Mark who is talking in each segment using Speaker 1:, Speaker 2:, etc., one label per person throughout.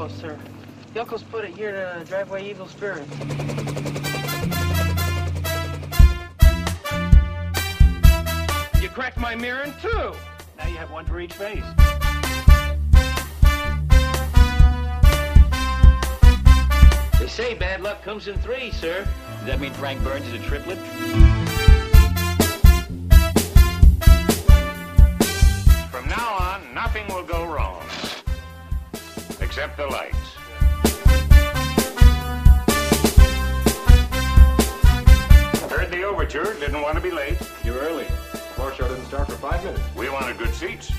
Speaker 1: Oh, Uncle's put it here to driveway Eagle Spirit.
Speaker 2: You cracked my mirror in two. Now you have one for each face.
Speaker 3: They say bad luck comes in three, sir. Does that mean Frank Burns is a triplet?
Speaker 2: From now on, nothing will go wrong. Except the lights. Heard the overture, didn't want to be late.
Speaker 4: You're early. Floor show doesn't start for five minutes.
Speaker 2: We wanted good seats.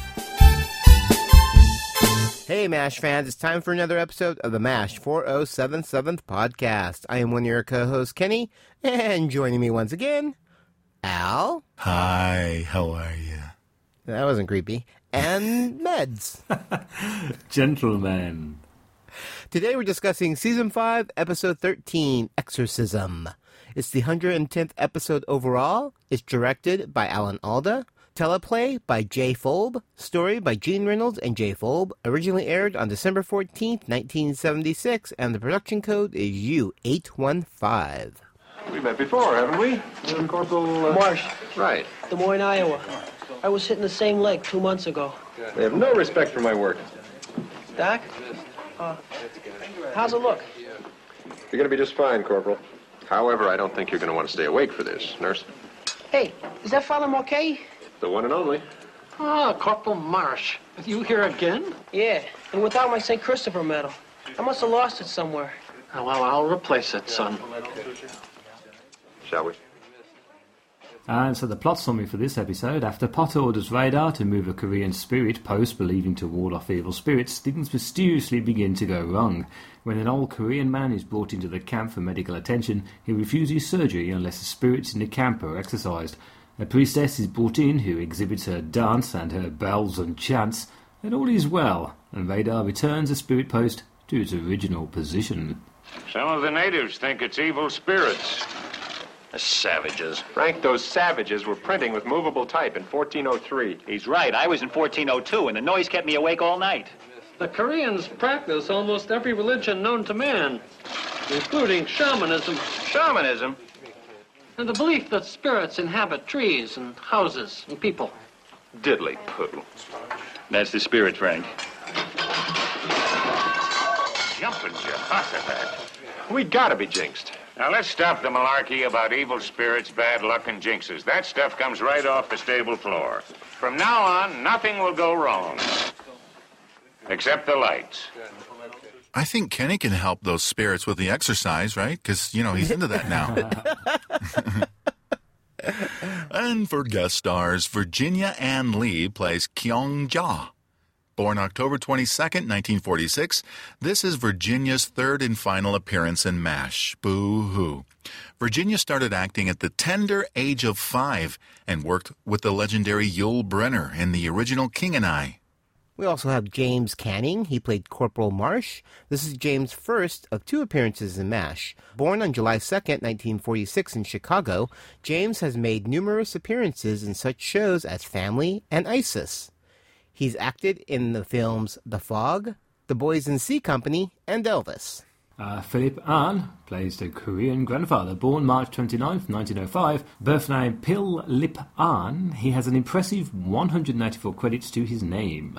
Speaker 5: Hey, MASH fans, it's time for another episode of the MASH 4077th podcast. I am one of your co hosts, Kenny, and joining me once again, Al.
Speaker 6: Hi, how are you?
Speaker 5: That wasn't creepy. And Meds.
Speaker 7: Gentlemen.
Speaker 5: Today we're discussing Season 5, Episode 13, Exorcism. It's the 110th episode overall. It's directed by Alan Alda. Teleplay by Jay Fulb. Story by Gene Reynolds and Jay Fulb. Originally aired on December 14th, 1976, and the production code is U815.
Speaker 4: We met before, haven't we? You're Corporal. Uh,
Speaker 1: Marsh,
Speaker 4: Right.
Speaker 1: Des Moines, Iowa. I was hitting the same lake two months ago.
Speaker 4: They have no respect for my work.
Speaker 1: Doc? Uh, how's it look?
Speaker 4: You're going to be just fine, Corporal. However, I don't think you're going to want to stay awake for this, nurse.
Speaker 1: Hey, is that fellow okay?
Speaker 4: The one and only.
Speaker 8: Ah, Corporal Marsh. You here again?
Speaker 1: Yeah, and without my St. Christopher medal. I must have lost it somewhere.
Speaker 8: Oh, well, I'll replace it, son.
Speaker 4: Shall we?
Speaker 7: And so the plot summary for this episode after Potter orders radar to move a Korean spirit post believing to ward off evil spirits, things mysteriously begin to go wrong. When an old Korean man is brought into the camp for medical attention, he refuses surgery unless the spirits in the camp are exorcised. A priestess is brought in who exhibits her dance and her bells and chants, and all is well, and radar returns the spirit post to its original position.
Speaker 2: Some of the natives think it's evil spirits.
Speaker 3: The savages.
Speaker 4: Frank, those savages were printing with movable type in 1403.
Speaker 3: He's right. I was in 1402, and the noise kept me awake all night.
Speaker 8: The Koreans practice almost every religion known to man, including shamanism
Speaker 3: Shamanism.
Speaker 8: and the belief that spirits inhabit trees and houses and people.
Speaker 3: Diddly poo. That's the spirit, Frank.
Speaker 2: Jumping Jehoshaphat.
Speaker 4: We gotta be jinxed.
Speaker 2: Now let's stop the malarkey about evil spirits, bad luck, and jinxes. That stuff comes right off the stable floor. From now on, nothing will go wrong. Except the lights.
Speaker 6: I think Kenny can help those spirits with the exercise, right? Because, you know, he's into that now. and for guest stars, Virginia Ann Lee plays Kyung Ja. Born October 22nd, 1946, this is Virginia's third and final appearance in MASH. Boo hoo. Virginia started acting at the tender age of five and worked with the legendary Yul Brenner in the original King and I.
Speaker 5: We also have James Canning. He played Corporal Marsh. This is James' first of two appearances in MASH. Born on July 2nd, 1946, in Chicago, James has made numerous appearances in such shows as Family and ISIS. He's acted in the films The Fog, The Boys in Sea Company, and Elvis.
Speaker 7: Uh, Philip Ahn plays the Korean grandfather, born March oh 29, 1905, birth name Pil Lip Ahn. He has an impressive 194 credits to his name.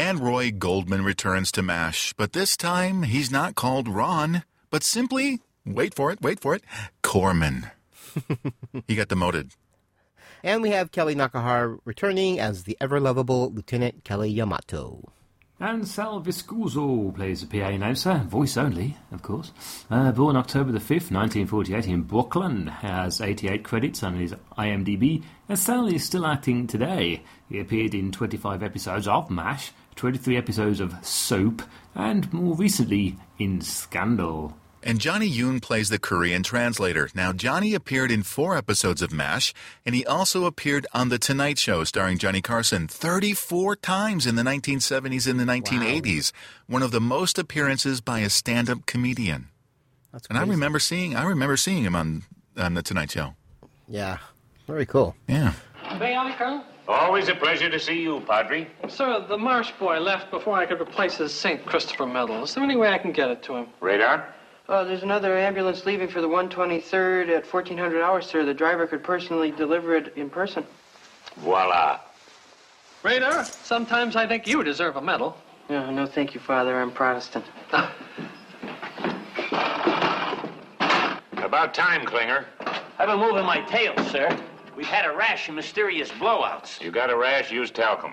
Speaker 6: And Roy Goldman returns to MASH, but this time he's not called Ron, but simply, wait for it, wait for it, Corman. he got demoted.
Speaker 5: And we have Kelly Nakahar returning as the ever lovable Lieutenant Kelly Yamato.
Speaker 7: And Sal Viscuso plays the PA announcer, voice only, of course. Uh, born October the 5th, 1948, in Brooklyn, has 88 credits on his IMDb, and Sal is still acting today. He appeared in 25 episodes of MASH, 23 episodes of Soap, and more recently in Scandal.
Speaker 6: And Johnny Yoon plays the Korean translator. Now, Johnny appeared in four episodes of MASH, and he also appeared on The Tonight Show starring Johnny Carson 34 times in the 1970s and the 1980s, one of the most appearances by a stand up comedian.
Speaker 5: That's
Speaker 6: And I
Speaker 5: crazy.
Speaker 6: remember seeing I remember seeing him on, on The Tonight Show.
Speaker 5: Yeah, very cool.
Speaker 6: Yeah.
Speaker 8: May I, Colonel?
Speaker 2: Always a pleasure to see you, Padre.
Speaker 8: Sir, the Marsh boy left before I could replace his St. Christopher medal. Is there any way I can get it to him?
Speaker 2: Radar?
Speaker 9: Uh, there's another ambulance leaving for the 123rd at 1400 hours, sir. The driver could personally deliver it in person.
Speaker 2: Voila.
Speaker 8: Radar, sometimes I think you deserve a medal.
Speaker 9: No, no, thank you, Father. I'm Protestant.
Speaker 2: About time, Klinger.
Speaker 3: I've been moving my tail, sir. We've had a rash of mysterious blowouts.
Speaker 2: You got a rash, use talcum.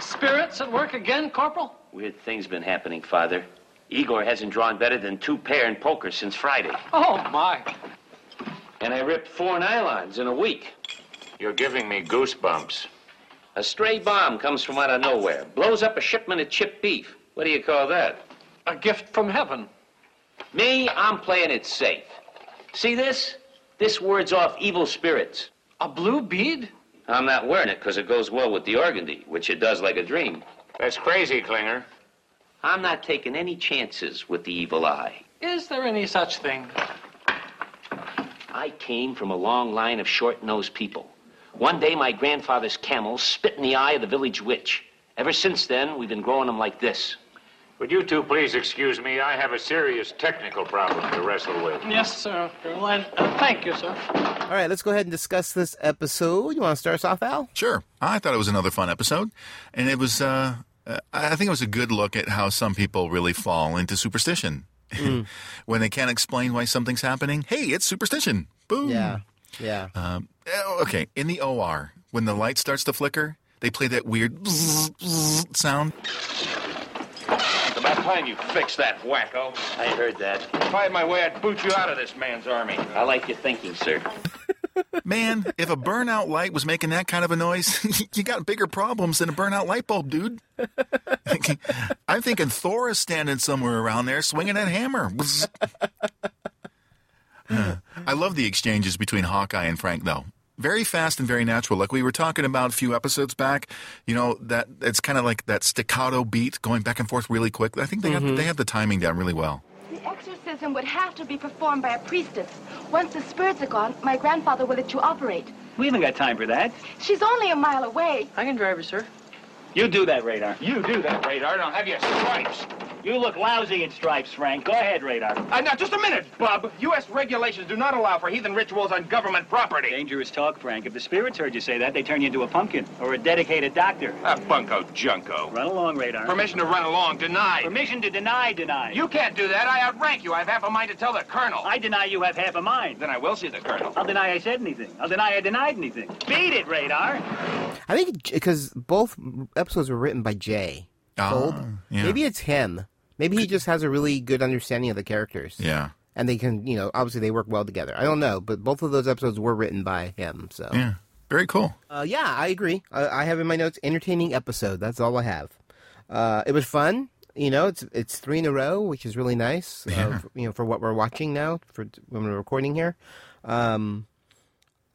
Speaker 8: Spirits at work again, Corporal?
Speaker 3: Weird things been happening, Father. Igor hasn't drawn better than two pair in poker since Friday.
Speaker 8: Oh, my.
Speaker 3: And I ripped four nylons in a week.
Speaker 2: You're giving me goosebumps.
Speaker 3: A stray bomb comes from out of nowhere, blows up a shipment of chipped beef. What do you call that?
Speaker 8: A gift from heaven.
Speaker 3: Me, I'm playing it safe. See this? This ward's off evil spirits.
Speaker 8: A blue bead?
Speaker 3: I'm not wearing it because it goes well with the organdy, which it does like a dream.
Speaker 2: That's crazy, Klinger.
Speaker 3: I'm not taking any chances with the evil eye.
Speaker 8: Is there any such thing?
Speaker 3: I came from a long line of short nosed people. One day, my grandfather's camel spit in the eye of the village witch. Ever since then, we've been growing them like this.
Speaker 2: Would you two please excuse me? I have a serious technical problem to wrestle with.
Speaker 8: Yes, sir, Colonel, and uh, thank you, sir.
Speaker 5: All right, let's go ahead and discuss this episode. You want to start us off, Al?
Speaker 6: Sure. I thought it was another fun episode. And it was, uh, uh, I think it was a good look at how some people really fall into superstition. when they can't explain why something's happening, hey, it's superstition. Boom.
Speaker 5: Yeah.
Speaker 6: Um, oh, okay. In the OR, when the light starts to flicker, they play that weird bzz, bzz sound.
Speaker 10: It's about time you fix that, wacko.
Speaker 3: I heard that.
Speaker 10: If I had my way, I'd boot you out of this man's army.
Speaker 3: I like your thinking, sir.
Speaker 6: Man, if a burnout light was making that kind of a noise, you got bigger problems than a burnout light bulb, dude. I'm thinking Thor is standing somewhere around there swinging that hammer. Bzz. Huh. I love the exchanges between Hawkeye and Frank, though. Very fast and very natural. Like we were talking about a few episodes back, you know that it's kind of like that staccato beat going back and forth really quick. I think they have they have the timing down really well.
Speaker 11: The exorcism would have to be performed by a priestess. Once the spirits are gone, my grandfather will let you operate.
Speaker 3: We haven't got time for that.
Speaker 11: She's only a mile away.
Speaker 9: I can drive her, sir.
Speaker 3: You do that, Radar.
Speaker 10: You do that, Radar, and I'll have you stripes.
Speaker 3: You look lousy in stripes, Frank. Go ahead, Radar.
Speaker 10: Uh, now, just a minute, bub. U.S. regulations do not allow for heathen rituals on government property.
Speaker 3: Dangerous talk, Frank. If the spirits heard you say that, they turn you into a pumpkin or a dedicated doctor.
Speaker 10: Ah, bunko junko.
Speaker 3: Run along, Radar.
Speaker 10: Permission to run along denied.
Speaker 3: Permission to deny, deny.
Speaker 10: You can't do that. I outrank you. I have half a mind to tell the colonel.
Speaker 3: I deny you have half a mind.
Speaker 10: Then I will see the colonel.
Speaker 3: I'll deny I said anything. I'll deny I denied anything. Beat it, Radar.
Speaker 5: I think because both episodes were written by Jay.
Speaker 6: Ah,
Speaker 5: Gold.
Speaker 6: yeah.
Speaker 5: Maybe it's him. Maybe he just has a really good understanding of the characters.
Speaker 6: Yeah.
Speaker 5: And they can, you know, obviously they work well together. I don't know, but both of those episodes were written by him. So,
Speaker 6: Yeah. Very cool.
Speaker 5: Uh, yeah, I agree. I, I have in my notes entertaining episode. That's all I have. Uh, it was fun. You know, it's it's three in a row, which is really nice. Uh, f- you know, for what we're watching now, for when we're recording here. Um,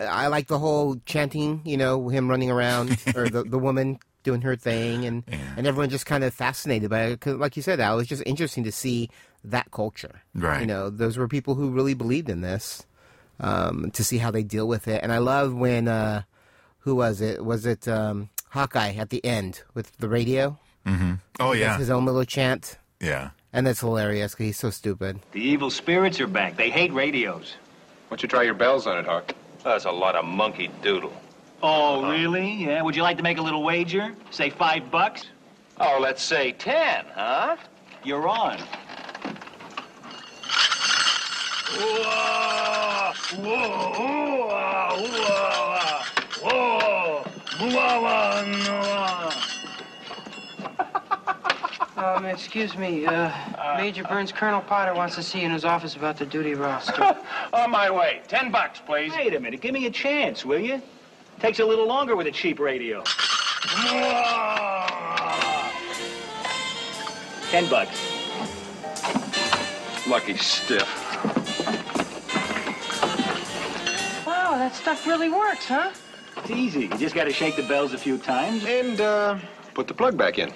Speaker 5: I like the whole chanting. You know, him running around or the the woman doing her thing, and and everyone just kind of fascinated by it. 'Cause like you said, Al, it's just interesting to see that culture.
Speaker 6: Right.
Speaker 5: You know, those were people who really believed in this um, to see how they deal with it. And I love when uh, who was it? Was it um, Hawkeye at the end with the radio?
Speaker 6: Oh
Speaker 5: That's
Speaker 6: yeah.
Speaker 5: his own little chant,
Speaker 6: Yeah.
Speaker 5: and that's hilarious because he's so stupid.
Speaker 3: The evil spirits are back. They hate radios.
Speaker 10: Why don't you try your bells on it, Hawk? That's a lot of monkey doodle.
Speaker 3: Oh, really? Yeah. Would you like to make a little wager? Say five bucks?
Speaker 10: Oh, let's say ten, huh?
Speaker 3: You're on.
Speaker 10: Whoa! Whoa! Whoa! Whoa! Whoa!
Speaker 9: Um, excuse me. Uh, Major Burns, Colonel Potter wants to see you in his office about the duty roster.
Speaker 10: On Oh, my way. Ten bucks, please.
Speaker 3: Wait a minute. Give me a chance, will you? Takes a little longer with a cheap radio. Ten bucks.
Speaker 10: Lucky stiff.
Speaker 9: wow, Oh, that stuff really works, huh?
Speaker 3: It's easy. You just got to shake the bells a few times.
Speaker 4: And uh, put the plug back in.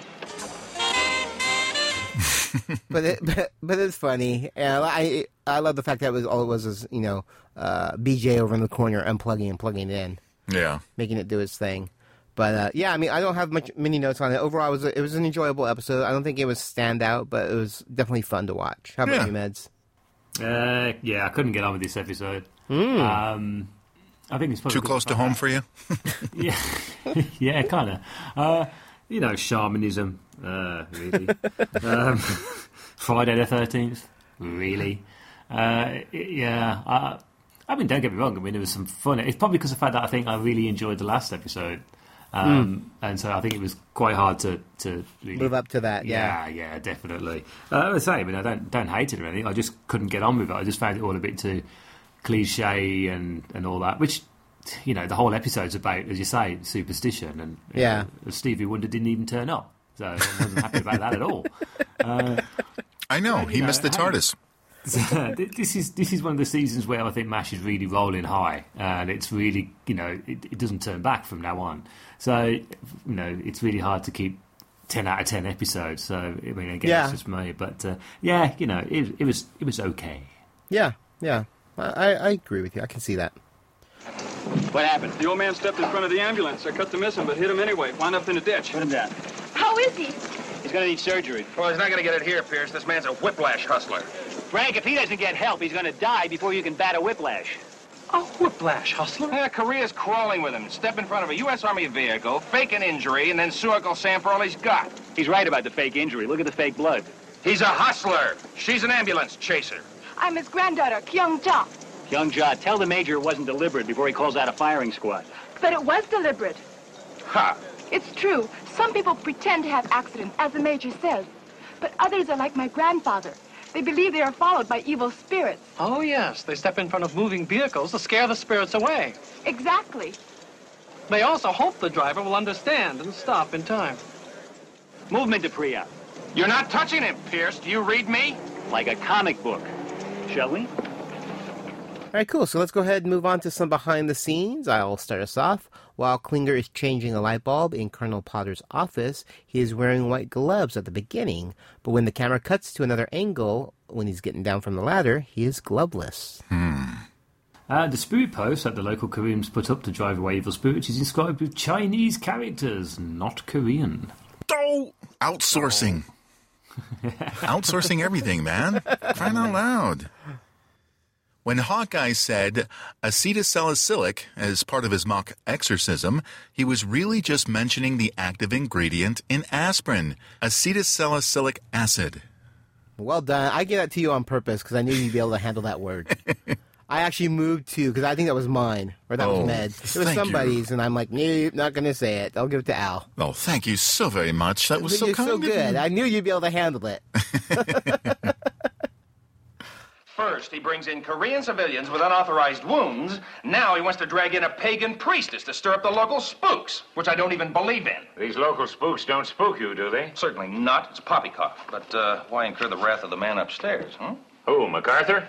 Speaker 5: But it, but, but it's funny, and I I love the fact that was all it was is you know uh, BJ over in the corner unplugging and plugging it in,
Speaker 6: Yeah.
Speaker 5: making it do its thing. But uh, yeah, I mean, I don't have much many notes on it. Overall, it was a, it was an enjoyable episode. I don't think it was standout, but it was definitely fun to watch. How about
Speaker 7: Yeah.
Speaker 5: you, Meds?
Speaker 7: Uh, yeah, I couldn't get on with this episode. Um, I think it's probably
Speaker 6: Too close to home for you?
Speaker 7: yeah, yeah, kind of. Uh, you know, shamanism, uh, really. um, Friday the Thirteenth, really. Uh, it- yeah, I, I mean, don't get me wrong. I mean, there was some fun. It's probably because of the fact that I think I really enjoyed the last episode, um, and so I think it was quite hard to to really
Speaker 5: Move up to that, yeah.
Speaker 7: yeah, yeah, definitely. Uh, as I say, I mean, I don't don't hate it or anything. I just couldn't get on with it. I just found it all a bit too cliche and and all that. Which, you know, the whole episode's about, as you say, superstition. And you
Speaker 5: Yeah.
Speaker 7: know, Stevie Wonder didn't even turn up, so I wasn't happy about that at all. Uh,
Speaker 6: I know
Speaker 7: you
Speaker 6: he missed the
Speaker 7: I haven't-
Speaker 6: TARDIS.
Speaker 7: this is this is one of the seasons where I think Mash is really rolling high, and it's really you know it, it doesn't turn back from now on. So you know it's really hard to keep ten out of ten episodes. So I mean again
Speaker 5: Yeah.
Speaker 7: it's just me, but uh, yeah, you know it, it was it was okay.
Speaker 5: Yeah, yeah, I, I I agree with you. I can see that.
Speaker 8: What happened? The old man stepped in front of the ambulance. I cut the miss him, but hit him anyway. Wound up in a ditch. Put him down.
Speaker 11: How is he?
Speaker 10: He's gonna need surgery. Well, he's not gonna get it here, Pierce. This man's a whiplash hustler.
Speaker 12: Frank, if he doesn't get help, he's going to die before you can bat a whiplash.
Speaker 10: Oh, whiplash hustler. Yeah, Korea's crawling with him. Step in front of a U.S. Army vehicle, fake an injury, and then sue Uncle Sam for all he's got.
Speaker 12: He's right about the fake injury. Look at the fake blood.
Speaker 10: He's a hustler. She's an ambulance chaser.
Speaker 11: I'm his granddaughter, Kyung Ja.
Speaker 12: Young Ja, tell the major it wasn't deliberate before he calls out a firing squad.
Speaker 11: But it was deliberate.
Speaker 10: Ha!
Speaker 11: It's true. Some people pretend to have accidents, as the Major says. But others are like my grandfather. They believe they are followed by evil spirits.
Speaker 9: Oh, yes. They step in front of moving vehicles to scare the spirits away.
Speaker 11: Exactly.
Speaker 9: They also hope the driver will understand and stop in time.
Speaker 12: Movement to Priya.
Speaker 10: You're not touching him, Pierce. Do you read me?
Speaker 12: Like a comic book. Shall we?
Speaker 5: All right, cool. So let's go ahead and move on to some behind the scenes. I'll start us off. While Klinger is changing a light bulb in Colonel Potter's office, he is wearing white gloves at the beginning. But when the camera cuts to another angle, when he's getting down from the ladder, he is gloveless.
Speaker 7: Uh, the spirit post that the local Koreans put up to drive away evil spirits is inscribed with Chinese characters, not Korean.
Speaker 6: Oh, outsourcing. outsourcing everything, man. Crying out loud. When Hawkeye said acetylsalicylic as part of his mock exorcism, he was really just mentioning the active ingredient in aspirin, acetylsalicylic acid.
Speaker 5: Well done. I gave that to you on purpose because I knew you'd be able to handle that word. I actually moved to because I think that was mine or that
Speaker 6: Oh,
Speaker 5: was Med's. It
Speaker 6: thank
Speaker 5: was
Speaker 6: you.
Speaker 5: somebody's, and I'm like, nope, not going to say it. I'll give it to Al.
Speaker 6: Oh, thank you so very much. That was
Speaker 5: But
Speaker 6: so
Speaker 5: You're
Speaker 6: kind
Speaker 5: so
Speaker 6: of you.
Speaker 5: good. I knew you'd be able to handle it.
Speaker 10: First, he brings in Korean civilians with unauthorized wounds. Now he wants to drag in a pagan priestess to stir up the local spooks, which I don't even believe in.
Speaker 2: These local spooks don't spook you, do they?
Speaker 10: Certainly not. It's poppycock. But uh, why incur the wrath of the man upstairs, huh?
Speaker 2: Who, MacArthur?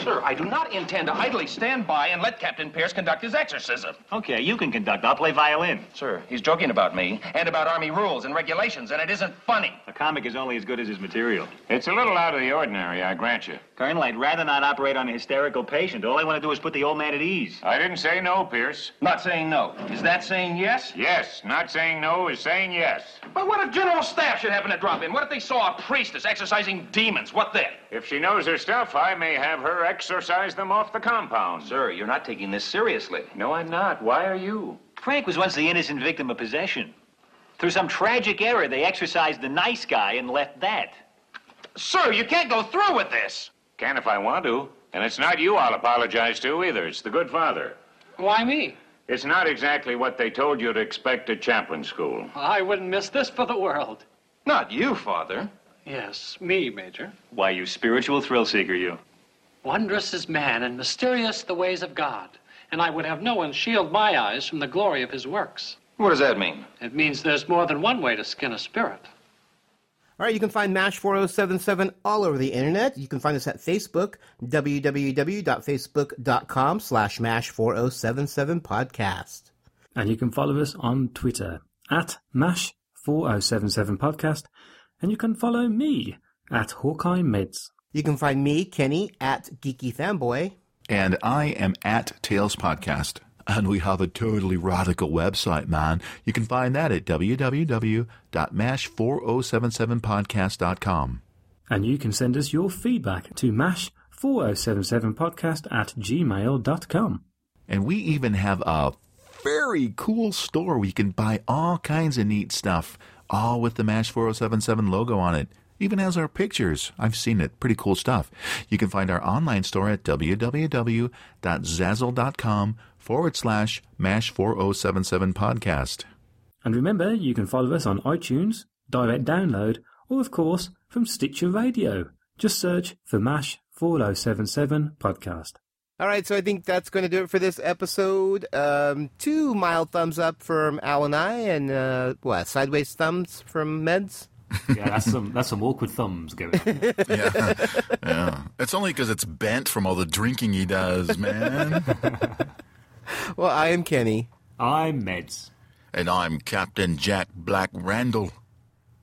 Speaker 10: Sir, I do not intend to idly stand by and let Captain Pierce conduct his exorcism.
Speaker 12: Okay, you can conduct. I'll play violin.
Speaker 10: Sir, he's joking about me and about Army rules and regulations, and it isn't funny.
Speaker 12: A comic is only as good as his material.
Speaker 2: It's a little out of the ordinary, I grant you.
Speaker 12: Colonel, I'd rather not operate on a hysterical patient. All I want to do is put the old man at ease.
Speaker 2: I didn't say no, Pierce.
Speaker 10: Not saying no. Is that saying yes?
Speaker 2: Yes, not saying no is saying yes.
Speaker 10: But what if General Staff should happen to drop in? What if they saw a priestess exercising demons? What then?
Speaker 2: If she knows her stuff, I may have her exorcise them off the compound.
Speaker 10: Sir, you're not taking this seriously.
Speaker 2: No, I'm not. Why are you?
Speaker 12: Frank was once the innocent victim of possession. Through some tragic error, they exercised the nice guy and left that.
Speaker 10: Sir, you can't go through with this.
Speaker 2: Can if I want to. And it's not you I'll apologize to either. It's the good father.
Speaker 9: Why me?
Speaker 2: It's not exactly what they told you to expect at chaplain school.
Speaker 9: I wouldn't miss this for the world.
Speaker 10: Not you, Father.
Speaker 9: Yes, me, Major.
Speaker 12: Why, you spiritual thrill seeker, you.
Speaker 9: Wondrous is man and mysterious the ways of God, and I would have no one shield my eyes from the glory of his works.
Speaker 10: What does that mean?
Speaker 9: It means there's more than one way to skin a spirit.
Speaker 5: All right, you can find MASH 4077 all over the internet. You can find us at Facebook, www.facebook.com slash MASH 4077 podcast.
Speaker 7: And you can follow us on Twitter at MASH4077podcast. And you can follow me at Hawkeye Meds.
Speaker 5: You can find me, Kenny, at Geeky Fanboy.
Speaker 6: And I am at Tales Podcast. And we have a totally radical website, man. You can find that at www.mash4077podcast.com.
Speaker 7: And you can send us your feedback to mash4077podcast at gmail.com.
Speaker 6: And we even have a very cool store where you can buy all kinds of neat stuff, all with the MASH 4077 logo on it. Even has our pictures. I've seen it. Pretty cool stuff. You can find our online store at www.zazzle.com forward slash MASH 4077 podcast.
Speaker 7: And remember, you can follow us on iTunes, direct download, or of course from Stitcher Radio. Just search for MASH 4077 podcast.
Speaker 5: All right, so I think that's going to do it for this episode. Um, two mild thumbs up from Al and I, and uh, what sideways thumbs from Meds.
Speaker 7: Yeah, that's some that's some awkward thumbs going. On.
Speaker 6: Yeah. It's only because it's bent from all the drinking he does, man.
Speaker 5: well, I am Kenny.
Speaker 7: I'm Meds.
Speaker 6: And I'm Captain Jack Black Randall.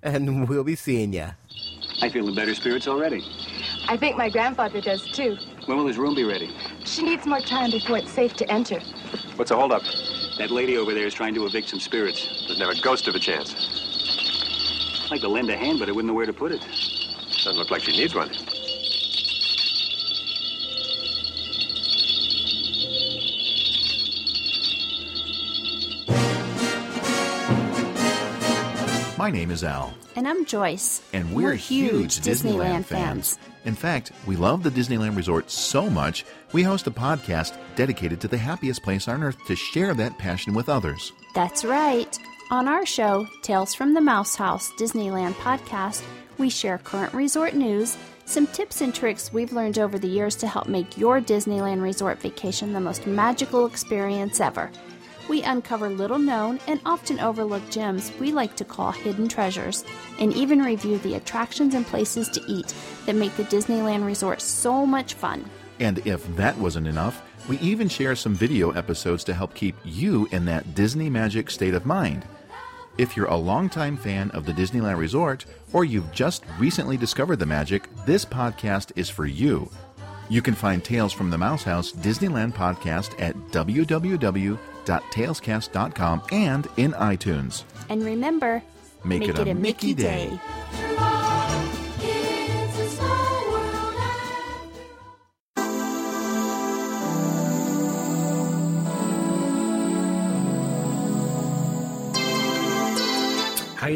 Speaker 5: And we'll be seeing ya.
Speaker 13: I feel in better spirits already.
Speaker 11: I think my grandfather does too.
Speaker 13: When will his room be ready?
Speaker 11: She needs more time before it's safe to enter.
Speaker 13: What's the holdup? That lady over there is trying to evict some spirits. There's never a ghost of a chance. I'd like to lend a hand, but I wouldn't know where to put it. Doesn't look like she needs one.
Speaker 6: My name is Al.
Speaker 14: And I'm Joyce.
Speaker 6: And we're, huge, Disneyland, fans. In fact, we love the Disneyland Resort so much, we host a podcast dedicated to the happiest place on earth to share that passion with others.
Speaker 14: That's right. On our show, Tales from the Mouse House Disneyland podcast, we share current resort news, some tips and tricks we've learned over the years to help make your Disneyland resort vacation the most magical experience ever. We uncover little known and often overlooked gems we like to call hidden treasures, and even review the attractions and places to eat that make the Disneyland resort so much fun.
Speaker 6: And if that wasn't enough, we even share some video episodes to help keep you in that Disney magic state of mind. If you're a longtime fan of the Disneyland Resort, or you've just recently discovered the magic, this podcast is for you. You can find Tales from the Mouse House Disneyland podcast at www.talescast.com and in iTunes.
Speaker 14: And remember,
Speaker 6: Make it a Mickey Day.
Speaker 7: Hey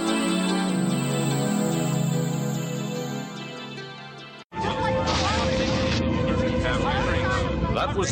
Speaker 15: That was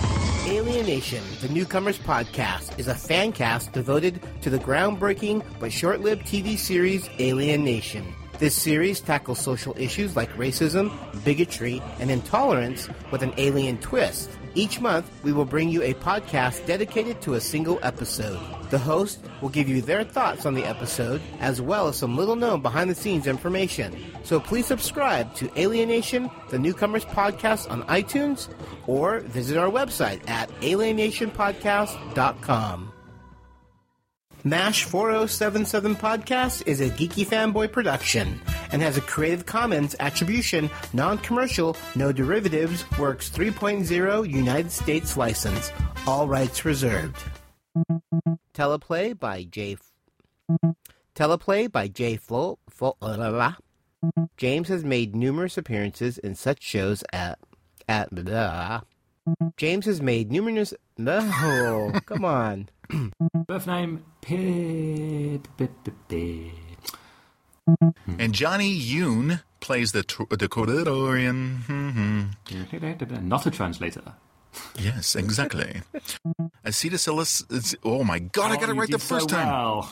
Speaker 5: Alienation, the Newcomers Podcast, is a fan cast devoted to the groundbreaking but short lived TV series Alienation. This series tackles social issues like racism, bigotry, and intolerance with an alien twist. Each month, we will bring you a podcast dedicated to a single episode. The host will give you their thoughts on the episode, as well as some little known behind the scenes information. So please subscribe to Alienation, the Newcomers Podcast on iTunes, or visit our website at alienationpodcast.com. MASH 4077 Podcast is a geeky fanboy production and has a Creative Commons Attribution, Non Commercial, No Derivatives, Works 3.0 United States license. All rights reserved. Teleplay by J. F- Teleplay by J. Flo. Flo- blah, blah, blah. James has made numerous appearances in such shows at. at blah. James has made numerous. No, come on.
Speaker 7: Birth name Pip.
Speaker 6: And Johnny Yoon plays the Hmm. tr- Decodorian.
Speaker 7: Not a translator.
Speaker 6: Yes, exactly. Acetylsalicylate. Oh my God! I
Speaker 7: Oh,
Speaker 6: got it
Speaker 7: you
Speaker 6: right the
Speaker 7: did so
Speaker 6: first time.
Speaker 7: well.